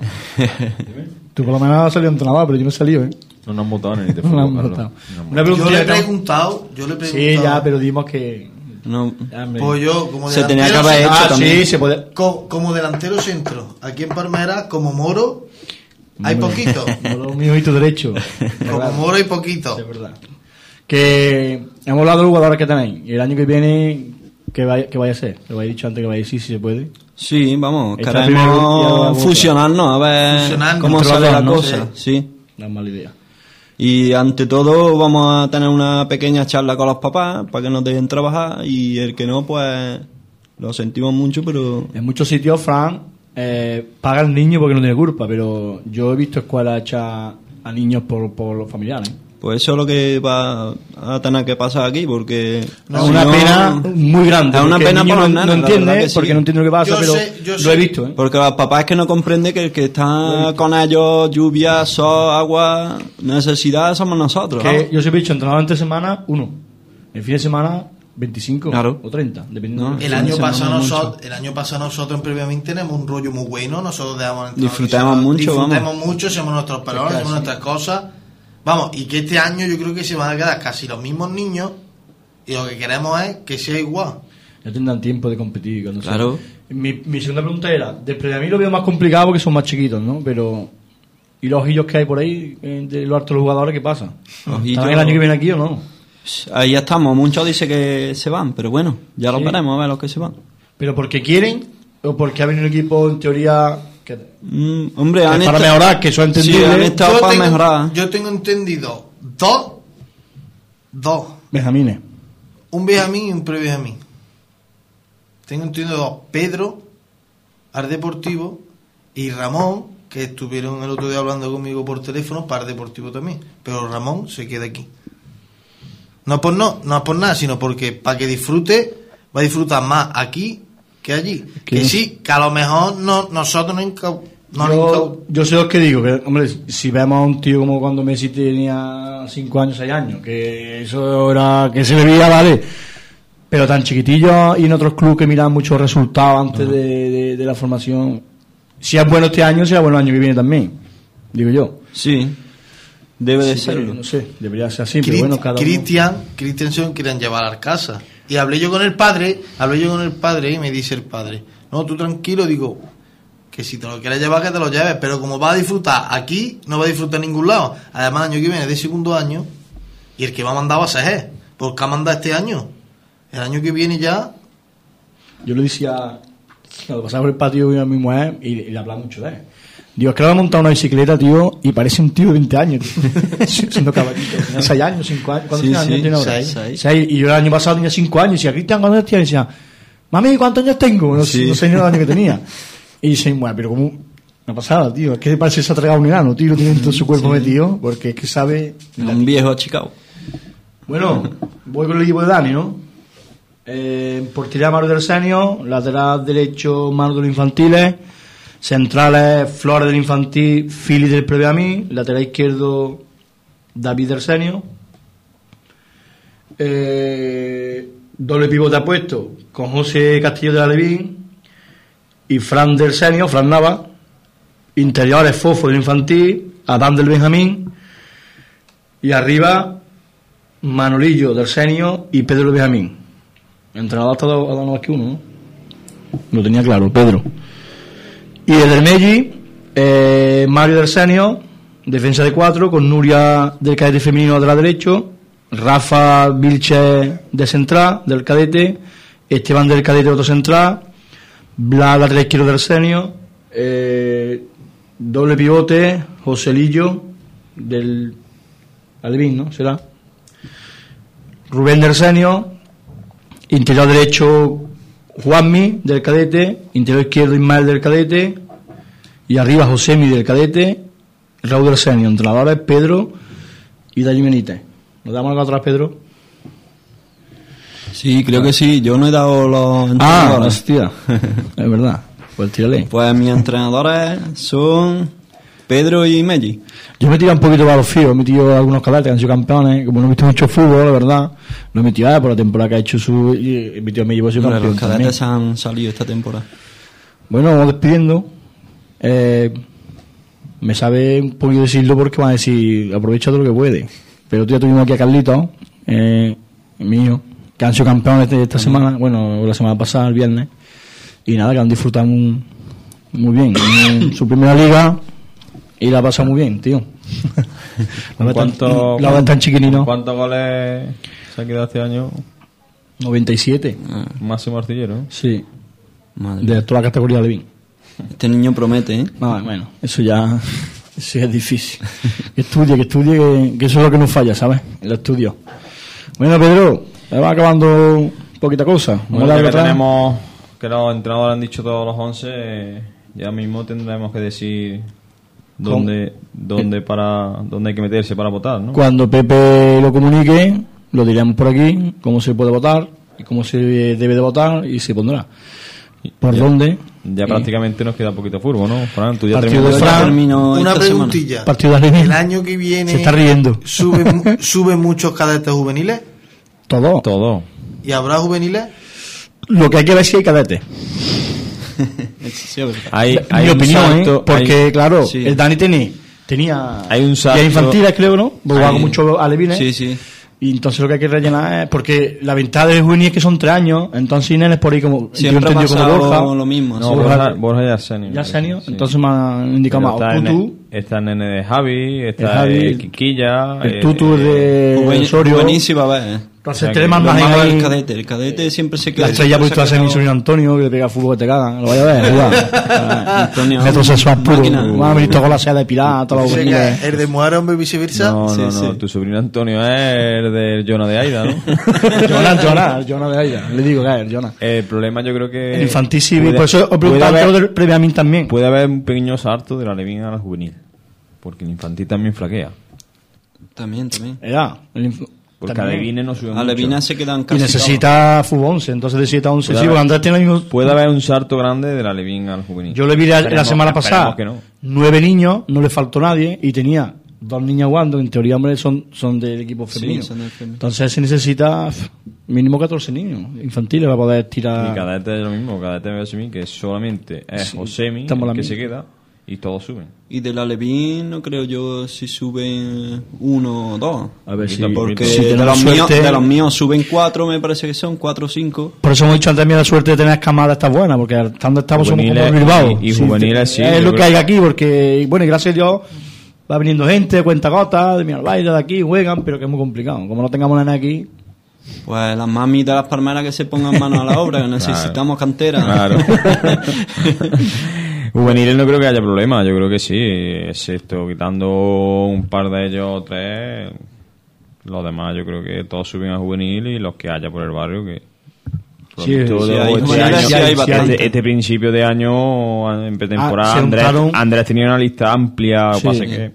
[SPEAKER 4] tú por lo menos has salido entrenador, pero yo no he salido, ¿eh?
[SPEAKER 6] No nos han votado ni te
[SPEAKER 4] No
[SPEAKER 6] fuego,
[SPEAKER 4] hemos
[SPEAKER 6] Carlos.
[SPEAKER 4] votado.
[SPEAKER 6] No han
[SPEAKER 4] Una
[SPEAKER 5] Yo
[SPEAKER 4] pregunta
[SPEAKER 5] le he
[SPEAKER 4] que-
[SPEAKER 5] preguntado, yo le he
[SPEAKER 4] Sí,
[SPEAKER 5] preguntado.
[SPEAKER 4] ya, pero dimos que.
[SPEAKER 7] No,
[SPEAKER 5] Pues yo, como
[SPEAKER 7] Se tenía que
[SPEAKER 5] delantero
[SPEAKER 7] haber
[SPEAKER 5] centro-
[SPEAKER 7] hecho
[SPEAKER 4] ah,
[SPEAKER 7] también.
[SPEAKER 4] sí, se puede.
[SPEAKER 5] co- como, delantero centro, aquí en Palmera, como Moro, hay poquito.
[SPEAKER 4] No lo mío y tu derecho.
[SPEAKER 5] Como Moro hay poquito.
[SPEAKER 4] Es verdad. Que hemos hablado de los jugadores que tenéis. Y el año que viene, ¿qué vaya, qué vaya a ser? Lo habéis dicho antes que vaya a decir si se puede.
[SPEAKER 7] Sí, vamos,
[SPEAKER 4] Esta primera vuelta y ahora la
[SPEAKER 7] queremos
[SPEAKER 4] otra.
[SPEAKER 7] fusionarnos a ver
[SPEAKER 5] Fusionarnos
[SPEAKER 7] cómo
[SPEAKER 4] entre los
[SPEAKER 7] sale
[SPEAKER 4] dos,
[SPEAKER 7] la
[SPEAKER 4] ¿no?
[SPEAKER 7] cosa. Sí.
[SPEAKER 4] No es mala idea.
[SPEAKER 7] Y ante todo vamos a tener una pequeña charla con los papás para que nos dejen trabajar y el que no, pues lo sentimos mucho, pero
[SPEAKER 4] En muchos sitios, Fran, eh, paga al niño porque no tiene culpa, pero yo he visto escuelas hechas a niños por, por los familiares.
[SPEAKER 7] Pues eso es lo que va a tener que pasar aquí, porque.
[SPEAKER 4] es
[SPEAKER 7] si
[SPEAKER 4] una
[SPEAKER 7] no-
[SPEAKER 4] pena muy grande.
[SPEAKER 7] Es una
[SPEAKER 4] porque el
[SPEAKER 7] pena
[SPEAKER 4] niño
[SPEAKER 7] por
[SPEAKER 4] no,
[SPEAKER 7] los nanos,
[SPEAKER 4] no
[SPEAKER 7] la verdad
[SPEAKER 4] entiende,
[SPEAKER 7] que sí.
[SPEAKER 4] porque no entiende lo que pasa,
[SPEAKER 5] Yo
[SPEAKER 4] pero
[SPEAKER 5] sé, yo
[SPEAKER 4] lo
[SPEAKER 5] sé.
[SPEAKER 4] he visto. ¿eh?
[SPEAKER 7] Porque los papás es que no comprenden que el que está con ellos, lluvia, sol, agua, necesidad, somos nosotros.
[SPEAKER 4] Que yo siempre he dicho, entrenador entre semana, uno. El fin de semana, 25
[SPEAKER 7] Claro.
[SPEAKER 4] o 30, dependiendo. de
[SPEAKER 7] No,
[SPEAKER 4] lo que
[SPEAKER 5] El
[SPEAKER 4] sea.
[SPEAKER 5] año,
[SPEAKER 7] Se
[SPEAKER 5] pasado
[SPEAKER 7] nombra
[SPEAKER 5] nosotros, el año pasado nosotros en previamente tenemos un rollo muy bueno, nosotros dejamos entrar-
[SPEAKER 7] Disfrutamos mucho,
[SPEAKER 5] disfrutamos
[SPEAKER 7] vamos.
[SPEAKER 5] mucho, hacemos nuestros paroles, hacemos nuestras cosas. Vamos, y que este año yo creo que se van a quedar casi los mismos niños y lo que queremos es que sea igual.
[SPEAKER 4] Ya tendrán tiempo de competir. cuando sea.
[SPEAKER 7] Claro.
[SPEAKER 4] Mi, mi segunda pregunta era, después a mí lo veo más complicado porque son más chiquitos, ¿no? Pero... ¿Y los ojillos que hay por ahí, eh, de los altos jugadores, qué pasa?
[SPEAKER 7] Ojillos-
[SPEAKER 4] ¿Estarán el año que viene aquí o no?
[SPEAKER 7] Ahí ya estamos. Muchos dicen que se van, pero bueno, ya los
[SPEAKER 4] Sí.
[SPEAKER 7] veremos a ver los que se van.
[SPEAKER 4] ¿Pero porque quieren o porque ha venido un equipo en teoría que,
[SPEAKER 7] Mm, hombre,
[SPEAKER 4] que
[SPEAKER 7] han
[SPEAKER 4] para
[SPEAKER 7] esta-
[SPEAKER 4] mejorar, que eso es
[SPEAKER 7] Sí, han
[SPEAKER 4] entendible?
[SPEAKER 7] esta- Estaba para mejorar.
[SPEAKER 5] yo tengo entendido Dos. Dos.
[SPEAKER 4] Benjamines.
[SPEAKER 5] Un Benjamín y un pre-Benjamín. Tengo entendido dos. Pedro, al Deportivo, y Ramón, que estuvieron el otro día hablando conmigo por teléfono, para el Deportivo también. Pero Ramón se queda aquí. No por, no, no por nada, sino porque para que disfrute, va a disfrutar más aquí que allí.
[SPEAKER 4] Que
[SPEAKER 5] Que
[SPEAKER 4] no-
[SPEAKER 5] sí, que a lo mejor no, nosotros no, encau- no nos encau-
[SPEAKER 4] yo, yo sé lo que digo, que, hombre, si vemos a un tío como cuando Messi tenía 5 años, 6 años, que eso era, que se le veía, vale, pero tan chiquitillo y en otros clubes que miran muchos resultados antes de, de- de la formación, si es bueno este año, será bueno el año que viene también, digo yo.
[SPEAKER 7] Sí, debe de
[SPEAKER 4] Sí, pero
[SPEAKER 7] serlo.
[SPEAKER 4] No sé, debería ser así, pero
[SPEAKER 5] Crist-
[SPEAKER 4] bueno, cada uno-
[SPEAKER 5] Cristian, Cristian se lo quieren llevar a la casa. Y hablé yo con el padre, hablé yo con el padre y me dice el padre, no, tú tranquilo, digo, que si te lo quieres llevar, que te lo lleves, pero como va a disfrutar aquí, no va a disfrutar en ningún lado. Además, el año que viene es de segundo año y el que va a mandar va a ser él, porque ha mandado este año. El año que viene ya,
[SPEAKER 4] Yo le decía, cuando pasaba por el patio vi a mi mujer y, y le hablaba mucho de él. Digo, es que le ha montado una bicicleta, tío, y parece un tío de 20 años, tío. siendo caballito. Tenía 6 años, 5 años. ¿Cuántos
[SPEAKER 7] Sí,
[SPEAKER 4] años
[SPEAKER 7] sí,
[SPEAKER 4] tiene ahora?
[SPEAKER 7] seis,
[SPEAKER 4] Seis.
[SPEAKER 7] seis.
[SPEAKER 4] Y yo el año pasado tenía 5 años. Y decía, Cristian, ¿cuántos años tienes? Y decía, mami, ¿cuántos años tengo? No, sé-
[SPEAKER 7] Sí.
[SPEAKER 4] no sé ni los años que tenía. Y dice, bueno, pero como una pasada, tío. Es que parece que se ha tragado un enano, tío, lo tiene en todo su cuerpo metido, porque es que sabe...
[SPEAKER 7] Un viejo achicado.
[SPEAKER 4] Bueno, voy con el equipo de Dani, ¿no? Eh, portería Manu del Senio, lateral derecho Manu del Infantiles, centrales Flores del Infantil, Fili del Previo a mí, lateral izquierdo David del Senio. Eh, doble pivote apuesto con José Castillo de la Levín y Fran del Senio, Fran Nava. Interiores Fofo del Infantil, Adán del Benjamín y arriba Manolillo del Senio y Pedro Benjamín. Entrenador hasta ha dado más que uno, ¿no? Lo tenía claro, Pedro. Y el del Melli, eh, Mario del Senio, defensa de cuatro, con Nuria del cadete femenino de la derecho, Rafa Vilche de central, del cadete, Esteban del cadete otro central, Blas lateral izquierdo del Senio, eh, doble pivote, Joselillo del Alvin, ¿no? Será. Rubén del Senio, interior derecho Juanmi del cadete, interior izquierdo Ismael del cadete, y arriba Josemi del cadete, Raúl del Senio, entrenadores Pedro y Dani Benítez. ¿Nos damos algo atrás, Pedro?
[SPEAKER 7] Sí, creo que sí. Yo no he dado los entrenadores.
[SPEAKER 4] Ah, hostia, es verdad. Pues tírale.
[SPEAKER 7] Pues mis entrenadores son Pedro y Melli.
[SPEAKER 4] Yo me he tirado un poquito para los fíos, he metido algunos cadetes que han sido campeones, como no he visto mucho fútbol, la verdad, lo he metido ah, por la temporada que ha hecho su... Y, y mi tío me llevó a ser
[SPEAKER 7] Hombre,
[SPEAKER 4] campeón
[SPEAKER 7] los
[SPEAKER 4] también.
[SPEAKER 7] cadetes han salido esta temporada.
[SPEAKER 4] Bueno, vamos despidiendo. Eh, me sabe un poquito decirlo porque van a decir, aprovecha todo lo que puede. Pero tú ya tuvimos aquí a Carlito, eh, mío, que han sido campeones de esta semana, bueno, o la semana pasada, el viernes. Y nada, que han disfrutado un- muy bien. En su primera liga y la ha pasado muy bien, tío. la verdad,
[SPEAKER 6] ¿Cuánto-
[SPEAKER 4] la verdad tan chiquinino.
[SPEAKER 6] ¿Cuántos goles se ha quedado este año?
[SPEAKER 4] 97,
[SPEAKER 6] Máximo artillero. ¿eh?
[SPEAKER 4] sí,
[SPEAKER 7] Ah, Madre mía.
[SPEAKER 4] de toda la categoría de BIN.
[SPEAKER 7] Este niño promete, ¿eh?
[SPEAKER 4] Ah, bueno, eso ya eso ya es difícil. Que estudie, que estudie, que, que eso es lo que nos falla, ¿sabes? El estudio. Bueno, Pedro, ya va acabando poquita cosa. Vamos
[SPEAKER 6] Bueno,
[SPEAKER 4] a
[SPEAKER 6] ya
[SPEAKER 4] darle
[SPEAKER 6] que
[SPEAKER 4] atrás.
[SPEAKER 6] tenemos, que los entrenadores han dicho todos los 11, eh, ya mismo tendremos que decir dónde,
[SPEAKER 4] Eh.
[SPEAKER 6] dónde, para, dónde hay que meterse para votar, ¿no?
[SPEAKER 4] Cuando Pepe lo comunique, lo diremos por aquí, cómo se puede votar, y cómo se debe de votar y se pondrá. ¿Por dónde?
[SPEAKER 6] Ya
[SPEAKER 4] Y-
[SPEAKER 6] prácticamente nos queda poquito fútbol, ¿no? Fran, tú ya
[SPEAKER 4] Eh. Partido de
[SPEAKER 6] terminas.
[SPEAKER 7] Ya
[SPEAKER 4] Pues Fran,
[SPEAKER 7] termino
[SPEAKER 5] una
[SPEAKER 7] esta semana.
[SPEAKER 5] preguntilla.
[SPEAKER 4] Partido de
[SPEAKER 5] El año que viene
[SPEAKER 4] Se está riendo.
[SPEAKER 5] suben, mu- suben muchos cadetes juveniles
[SPEAKER 4] Todo.
[SPEAKER 6] Todo.
[SPEAKER 5] y habrá juveniles.
[SPEAKER 4] Lo que hay que ver es si hay cadete.
[SPEAKER 7] Eso sí es verdad.
[SPEAKER 6] Hay,
[SPEAKER 4] Mi
[SPEAKER 6] hay un
[SPEAKER 4] opinión, ¿eh?
[SPEAKER 6] salto-
[SPEAKER 4] Porque,
[SPEAKER 6] hay-
[SPEAKER 4] claro,
[SPEAKER 7] sí.
[SPEAKER 4] el Dani tenía... Tenía...
[SPEAKER 6] Hay un salto-
[SPEAKER 4] Y hay infantiles, creo, ¿no? Porque
[SPEAKER 7] Hay-
[SPEAKER 4] hago Pues mucho alevines.
[SPEAKER 7] Sí, sí.
[SPEAKER 4] Y entonces lo que hay que rellenar es. Porque la ventaja de juvenil es que son tres años, entonces hay nenes por ahí como.
[SPEAKER 7] Siempre ha
[SPEAKER 4] entendí
[SPEAKER 7] pasado lo mismo.
[SPEAKER 6] No,
[SPEAKER 7] sí.
[SPEAKER 6] Borja, Borja ya es senior.
[SPEAKER 4] Ya senior,
[SPEAKER 6] Sí.
[SPEAKER 4] entonces me han indicado
[SPEAKER 6] Pero
[SPEAKER 4] más.
[SPEAKER 6] Está,
[SPEAKER 4] o
[SPEAKER 6] el
[SPEAKER 4] Tutu,
[SPEAKER 6] ne- está el nene de Javi, está
[SPEAKER 4] Javi,
[SPEAKER 6] eh, Quiquilla.
[SPEAKER 4] el
[SPEAKER 6] eh,
[SPEAKER 4] Tutu
[SPEAKER 6] eh,
[SPEAKER 4] de
[SPEAKER 7] Juven-
[SPEAKER 4] Osorio.
[SPEAKER 7] Juvenísima, va, ¿eh?
[SPEAKER 4] Los
[SPEAKER 6] sea, que
[SPEAKER 4] extremas
[SPEAKER 7] Lo
[SPEAKER 4] más
[SPEAKER 7] malo
[SPEAKER 4] ahí-
[SPEAKER 7] del cadete. El cadete siempre se queda.
[SPEAKER 4] La estrella
[SPEAKER 7] siempre se
[SPEAKER 4] puesto a
[SPEAKER 7] ha quedado-
[SPEAKER 4] Semisorio Antonio, que le pega fútbol que te cagan. Lo vaya a ver, jugar.
[SPEAKER 7] Antonio,
[SPEAKER 4] Metrosexual puro.
[SPEAKER 7] máquina.
[SPEAKER 4] Me ha visto con la seda de pirata, todos los
[SPEAKER 5] Dice
[SPEAKER 4] juveniles.
[SPEAKER 5] que el de Muharram y viceversa.
[SPEAKER 6] No,
[SPEAKER 7] Sí,
[SPEAKER 6] no, no.
[SPEAKER 7] sí.
[SPEAKER 6] Tu sobrino Antonio es el de Jonah de Aida, ¿no?
[SPEAKER 4] Jonah, Jonah, Jonah de Aida. Le digo que es el Jonah.
[SPEAKER 6] el problema yo creo que...
[SPEAKER 4] El infantil sí,
[SPEAKER 6] Eh, puede-
[SPEAKER 4] por eso os
[SPEAKER 6] puede
[SPEAKER 4] preguntaba
[SPEAKER 6] haber-
[SPEAKER 4] antes lo del Premiamín también.
[SPEAKER 6] Puede haber un pequeño salto de la Levin a la juvenil. Porque el infantil también flaquea.
[SPEAKER 7] También, también.
[SPEAKER 4] Era. el inf-
[SPEAKER 6] Porque
[SPEAKER 4] también.
[SPEAKER 6] a Levine no sube
[SPEAKER 7] A
[SPEAKER 6] mucho.
[SPEAKER 7] Levina se quedan
[SPEAKER 4] Y
[SPEAKER 7] casi.
[SPEAKER 4] necesita fútbol 11, entonces necesita 11. Sí,
[SPEAKER 6] Puede
[SPEAKER 4] porque
[SPEAKER 6] haber-
[SPEAKER 4] Andrés tiene el mismo.
[SPEAKER 6] Puede haber un salto grande de la Levin al juvenil.
[SPEAKER 4] Yo le vi la, la
[SPEAKER 6] Esperemos-
[SPEAKER 4] semana
[SPEAKER 6] esperemos
[SPEAKER 4] pasada
[SPEAKER 6] que no.
[SPEAKER 4] nueve niños, no le faltó nadie y tenía dos niñas jugando, en teoría hombre, son, son del equipo
[SPEAKER 7] Sí,
[SPEAKER 4] femenino.
[SPEAKER 7] son del femenino.
[SPEAKER 4] Entonces se necesita pf, mínimo 14 niños infantiles para poder tirar.
[SPEAKER 6] Y cadete es lo mismo, cadete me parece a mí que solamente es
[SPEAKER 4] Ah. Sí,
[SPEAKER 6] Osemi el
[SPEAKER 4] estamos la
[SPEAKER 6] que
[SPEAKER 4] misma.
[SPEAKER 6] se queda y todos suben.
[SPEAKER 7] Y de la Levin no creo yo si suben uno o dos.
[SPEAKER 4] A ver
[SPEAKER 6] Yo
[SPEAKER 4] si-
[SPEAKER 6] tampoco.
[SPEAKER 7] Porque
[SPEAKER 4] Si
[SPEAKER 7] de,
[SPEAKER 4] tenemos
[SPEAKER 7] los míos,
[SPEAKER 4] suerte-
[SPEAKER 7] de los míos suben cuatro, me parece que son cuatro o cinco.
[SPEAKER 4] Por eso hemos dicho antes también la suerte de tener camadas está buena, porque estando estamos somos como
[SPEAKER 6] Juveniles
[SPEAKER 4] el Bilbao.
[SPEAKER 6] y- y juveniles, sí,
[SPEAKER 4] Es
[SPEAKER 6] yo
[SPEAKER 4] lo que
[SPEAKER 6] creo.
[SPEAKER 4] hay aquí, porque, y bueno, y gracias a Dios va viniendo gente, cuenta gotas, de mi baile de aquí, juegan, pero que es muy complicado. Como no tengamos nada aquí,
[SPEAKER 7] Pues las mamis de las palmeras que se pongan mano a la obra, que necesitamos cantera.
[SPEAKER 6] Claro. Juveniles no creo que haya problema, yo creo que sí, excepto quitando un par de ellos o tres, los demás yo creo que todos suben a juvenil y los que haya por el barrio que...
[SPEAKER 4] Sí,
[SPEAKER 6] Pronto,
[SPEAKER 4] sí
[SPEAKER 6] o
[SPEAKER 7] hay
[SPEAKER 6] este,
[SPEAKER 7] juveniles,
[SPEAKER 6] año-
[SPEAKER 7] sí hay
[SPEAKER 6] este-
[SPEAKER 7] bastante.
[SPEAKER 6] este principio de año en pretemporada
[SPEAKER 4] Ah, se
[SPEAKER 6] Andrés,
[SPEAKER 4] juntaron-
[SPEAKER 6] Andrés tenía una lista amplia lo que
[SPEAKER 4] Sí.
[SPEAKER 6] pasa es que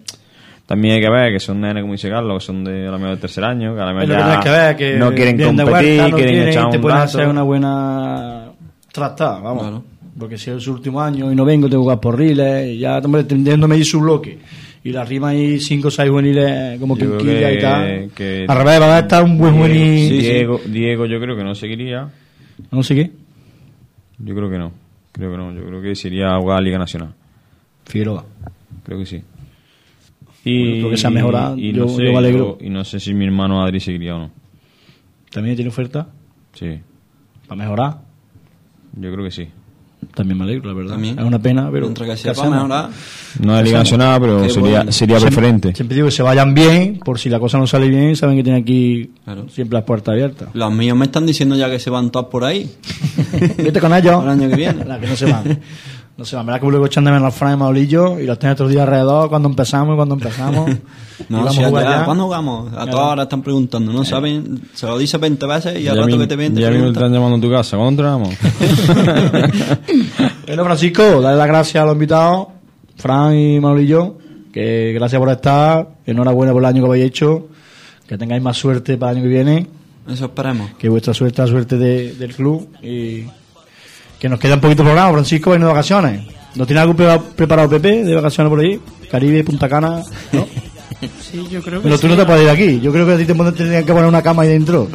[SPEAKER 6] también hay que ver que son nenes como dice Carlos que son de la media del tercer año que a la
[SPEAKER 4] Es
[SPEAKER 6] mejor
[SPEAKER 4] lo que
[SPEAKER 6] ya
[SPEAKER 4] tienes que ver, que
[SPEAKER 6] no quieren
[SPEAKER 4] vienen de
[SPEAKER 6] competir
[SPEAKER 4] huerta, no
[SPEAKER 6] quieren, echar
[SPEAKER 4] te
[SPEAKER 6] un
[SPEAKER 4] pueden
[SPEAKER 6] rato.
[SPEAKER 4] hacer una buena trastada, vamos.
[SPEAKER 7] Claro.
[SPEAKER 4] Porque si es su último año y no vengo, tengo que jugar por riles, y ya, hombre, tendiéndome ahí su bloque. Y la rima ahí 5 o 6 juveniles eh, como
[SPEAKER 6] Yo creo
[SPEAKER 4] quinquilla y
[SPEAKER 6] que-
[SPEAKER 4] tal.
[SPEAKER 6] que-
[SPEAKER 4] Al revés, va a estar un buen juvenil.
[SPEAKER 6] Diego, Diego, Diego yo creo que no seguiría
[SPEAKER 4] No sé qué.
[SPEAKER 6] Yo creo que no. Creo que no. Yo creo que sería jugar a Liga Nacional.
[SPEAKER 4] Figueroa.
[SPEAKER 6] Creo que sí. Y,
[SPEAKER 4] creo que se ha mejorado.
[SPEAKER 6] Y,
[SPEAKER 4] Yo-
[SPEAKER 6] no sé,
[SPEAKER 4] yo me alegro.
[SPEAKER 6] yo- y no sé si mi hermano Adri seguiría o no.
[SPEAKER 4] También tiene oferta
[SPEAKER 6] Sí.
[SPEAKER 4] para mejorar.
[SPEAKER 6] Yo creo que sí.
[SPEAKER 4] También me alegro, la verdad.
[SPEAKER 7] También.
[SPEAKER 4] Es una pena, pero.
[SPEAKER 7] Mientras que
[SPEAKER 4] ¿qué
[SPEAKER 7] sea
[SPEAKER 4] hacemos?
[SPEAKER 7] palmera ahora,
[SPEAKER 6] No de Liga Nacional, pero
[SPEAKER 7] Qué
[SPEAKER 6] sería,
[SPEAKER 7] bueno.
[SPEAKER 6] sería preferente.
[SPEAKER 4] Siempre digo que se vayan bien, por si la cosa no sale bien, saben que tienen aquí
[SPEAKER 7] Claro.
[SPEAKER 4] siempre las puertas abiertas.
[SPEAKER 7] los míos me están diciendo ya que se van todas por ahí.
[SPEAKER 4] Vete con ellos.
[SPEAKER 7] El año que viene.
[SPEAKER 4] La que no se van. No se van. Verás que luego echándome en la franja de Maolillo y los tenía todos los días alrededor cuando empezamos y cuando empezamos. Y
[SPEAKER 7] No,
[SPEAKER 4] vamos
[SPEAKER 7] si
[SPEAKER 4] a jugar
[SPEAKER 7] allá-
[SPEAKER 4] ya. Eh.
[SPEAKER 7] ¿Cuándo jugamos? A todas horas están preguntando, ¿no? Saben, se lo dice 20 veces y al rato
[SPEAKER 6] mismo-
[SPEAKER 7] que te ven te
[SPEAKER 6] ya mismo te
[SPEAKER 7] preguntan.
[SPEAKER 6] están llamando a tu casa. ¿Cuándo entramos?
[SPEAKER 4] Bueno, Francisco, dale las gracias a los invitados, Fran y Maolillo, que gracias por estar. Enhorabuena por el año que habéis hecho. Que tengáis más suerte para el año que viene.
[SPEAKER 7] Eso esperemos.
[SPEAKER 4] Que vuestra suerte es la suerte de- del club. Y que nos queda un poquito de programa. Francisco, en de vacaciones. ¿No tiene algo pre- preparado Pepe de vacaciones por ahí? Caribe, Punta Cana, ¿no?
[SPEAKER 3] Sí, yo creo que
[SPEAKER 4] Pero
[SPEAKER 3] sí.
[SPEAKER 4] tú no te puedes ir aquí. Yo creo que a ti te pon- tendrían que poner una cama ahí dentro.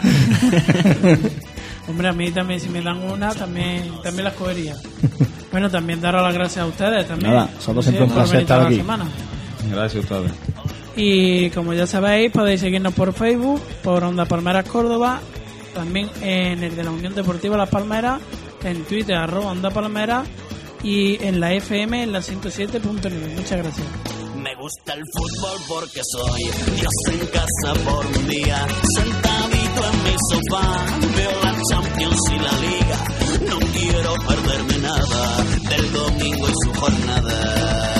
[SPEAKER 3] Hombre, a mí también, si me dan una, también, también las cogería. bueno, también daros las gracias a ustedes también.
[SPEAKER 4] Nada, nosotros siempre un
[SPEAKER 3] por
[SPEAKER 4] placer
[SPEAKER 3] venir
[SPEAKER 4] estar
[SPEAKER 3] todas
[SPEAKER 4] aquí.
[SPEAKER 3] las semanas.
[SPEAKER 6] Gracias a ustedes.
[SPEAKER 3] Y como ya sabéis, podéis seguirnos por Facebook, por Onda Palmeras Córdoba, también en el de la Unión Deportiva Las Palmeras, en Twitter, arroba Onda Palmeras, y en la FM, en la 107.9. Muchas gracias.
[SPEAKER 2] Me gusta el fútbol porque soy Dios en casa por un día. Sentadito en mi sofá, veo la Champions y la Liga. No quiero perderme nada del domingo y su jornada.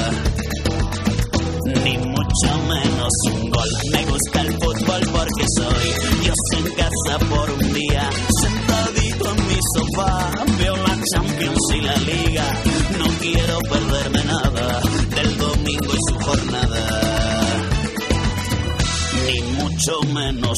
[SPEAKER 2] Ni mucho menos un gol. Me gusta el fútbol porque soy Dios en casa por un día. Sentadito en mi sofá, veo la Champions y la Liga. No quiero perderme nada del domingo y su jornada. Ni mucho menos